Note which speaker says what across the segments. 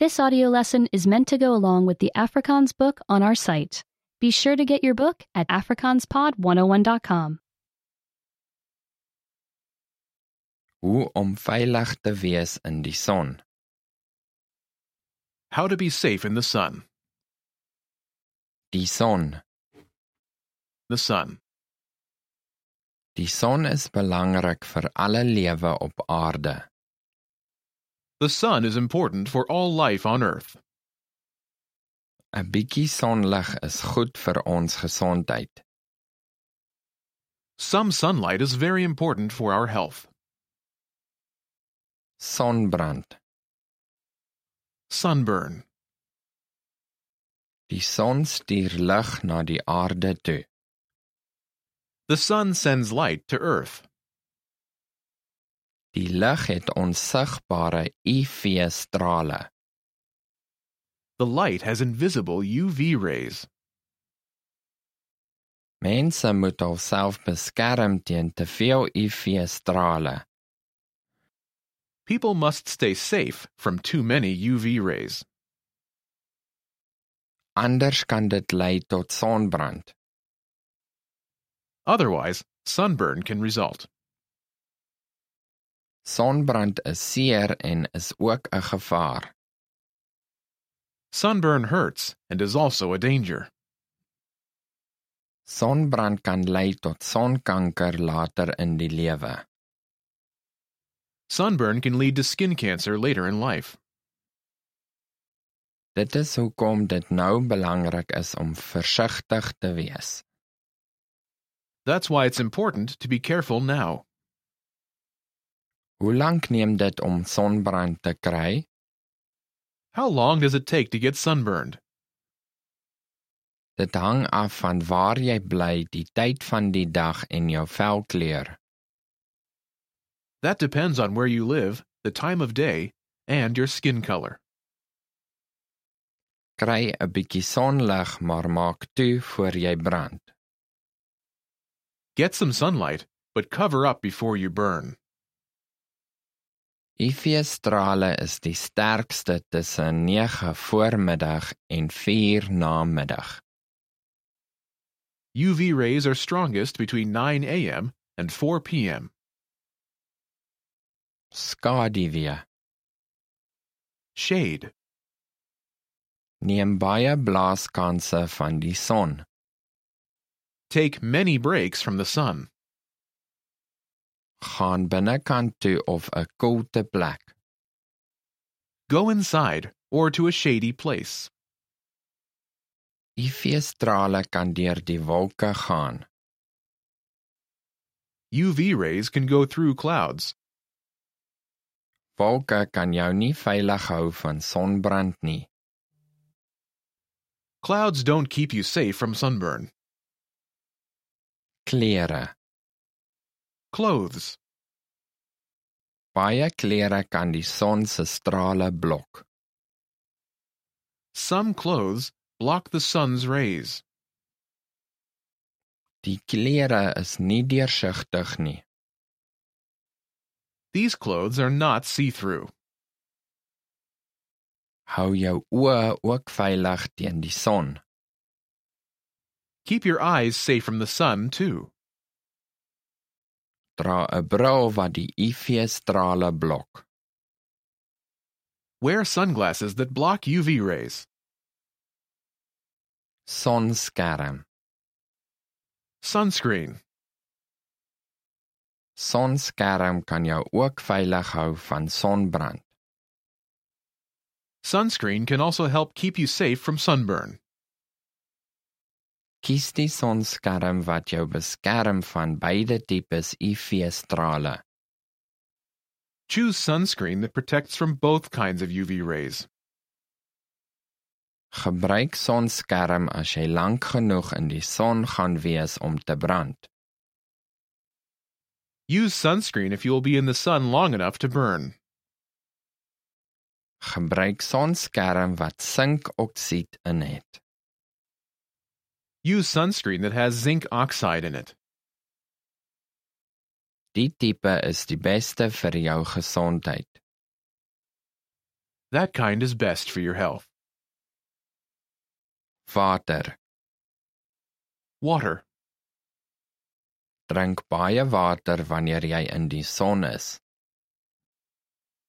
Speaker 1: This audio lesson is meant to go along with the Afrikaans book on our site. Be sure to get your book at afrikaanspod101.com.
Speaker 2: Hoe om veilig te wees in die son.
Speaker 3: How to be safe in the sun.
Speaker 2: Die son.
Speaker 3: The sun.
Speaker 2: Die son is belangrik vir alle lewe op aarde.
Speaker 3: The sun is important for all life on Earth.
Speaker 2: 'n Bietjie sonlig is goed vir ons gesondheid.
Speaker 3: Some sunlight is very important for our health.
Speaker 2: Sonbrand.
Speaker 3: Sunburn.
Speaker 2: Die son stuur lig na die aarde toe.
Speaker 3: The sun sends light to Earth.
Speaker 2: Die lig het onsigbare UV-strale.
Speaker 3: The light has invisible UV rays.
Speaker 2: Mense moet hulself beskerm teen te veel UV-strale.
Speaker 3: People must stay safe from too many UV rays.
Speaker 2: Anders kan dit lei tot sonbrand.
Speaker 3: Otherwise, sunburn can result.
Speaker 2: Sonbrand is seer en is ook 'n gevaar.
Speaker 3: Sunburn hurts and is also a danger.
Speaker 2: Sonbrand kan lei tot sonkanker later in die lewe.
Speaker 3: Sunburn can lead to skin cancer later in life.
Speaker 2: Dit is hoekom dit nou belangrik is om versigtig te wees.
Speaker 3: That's why it's important to be careful now.
Speaker 2: Hoe lank neem dit om sonbrand te kry?
Speaker 3: How long does it take to get sunburned?
Speaker 2: Dit hang af van waar jy bly, die tyd van die dag en jou velkleur.
Speaker 3: That depends on where you live, the time of day, and your skin color.
Speaker 2: Kry 'n bietjie sonlig, maar maak toe voor jy brand.
Speaker 3: Get some sunlight, but cover up before you burn.
Speaker 2: UV-strale is die sterkste tussen 9 voormiddag en 4 namiddag.
Speaker 3: UV rays are strongest between 9 a.m. and 4 p.m.
Speaker 2: Skaduwee.
Speaker 3: Shade.
Speaker 2: Neem baie blaaskanse van die son.
Speaker 3: Take many breaks from the sun.
Speaker 2: Gaan binnekant toe of 'n koelte plek.
Speaker 3: Go inside or to a shady place.
Speaker 2: UV-strale kan deur die wolke gaan.
Speaker 3: UV rays can go through clouds.
Speaker 2: Wolke kan jou nie veilig hou van sonbrand nie.
Speaker 3: Clouds don't keep you safe from sunburn.
Speaker 2: Klere.
Speaker 3: Clothes.
Speaker 2: Baie klere kan die son se strale blok.
Speaker 3: Some clothes block the sun's rays.
Speaker 2: Die klere is nie deursigtig nie.
Speaker 3: These clothes are not see through.
Speaker 2: Hou jou oë ook veilig teen die son.
Speaker 3: Keep your eyes safe from the sun, too.
Speaker 2: Dra 'n bril wat die UV-strale blok.
Speaker 3: Wear sunglasses that block UV rays.
Speaker 2: Sonskerm.
Speaker 3: Sunscreen.
Speaker 2: Sonskerm kan jou ook veilig hou van sonbrand.
Speaker 3: Sunscreen can also help keep you safe from sunburn.
Speaker 2: Kies die sonskerm wat jou beskerm van beide tipes UV-strale.
Speaker 3: Choose sunscreen that protects from both kinds of UV rays.
Speaker 2: Gebruik sonskerm as jy lank genoeg in die son gaan wees om te brand.
Speaker 3: Use sunscreen if you will be in the sun long enough to burn.
Speaker 2: Gebruik sonskerm wat sinkoksied in het.
Speaker 3: Use sunscreen that has zinc oxide in it.
Speaker 2: Die tipe is die beste vir jou gesondheid.
Speaker 3: That kind is best for your health.
Speaker 2: Water.
Speaker 3: Water.
Speaker 2: Drink baie water wanneer jy in die son is.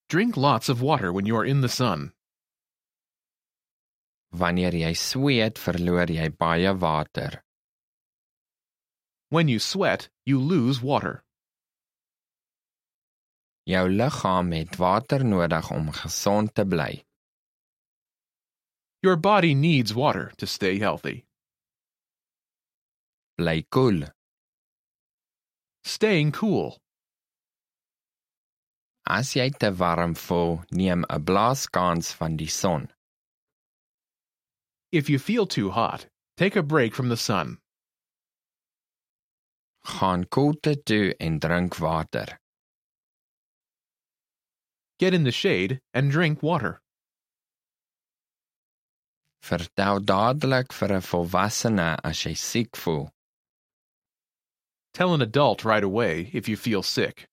Speaker 3: Drink lots of water when you are in the sun.
Speaker 2: Wanneer jy sweet, verloor jy baie water.
Speaker 3: When you sweat, you lose water.
Speaker 2: Jou liggaam het water nodig om gesond te bly.
Speaker 3: Your body needs water to stay healthy.
Speaker 2: Bly koel.
Speaker 3: Staying cool.
Speaker 2: As jy te warm voel, neem 'n blaaskans van die son.
Speaker 3: If you feel too hot, take a break from the sun.
Speaker 2: Gaan koelte toe en drink water.
Speaker 3: Get in the shade and drink water.
Speaker 2: Vertel dadelik vir 'n volwassene as jy siek voel.
Speaker 3: Tell an adult right away if you feel sick.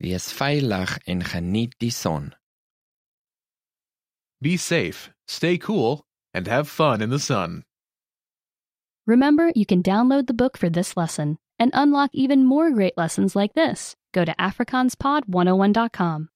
Speaker 2: Wees veilig en geniet die son.
Speaker 3: Be safe, stay cool, and have fun in the sun.
Speaker 1: Remember, you can download the book for this oh lesson and unlock even more great lessons like this. Go to AfrikaansPod101.com.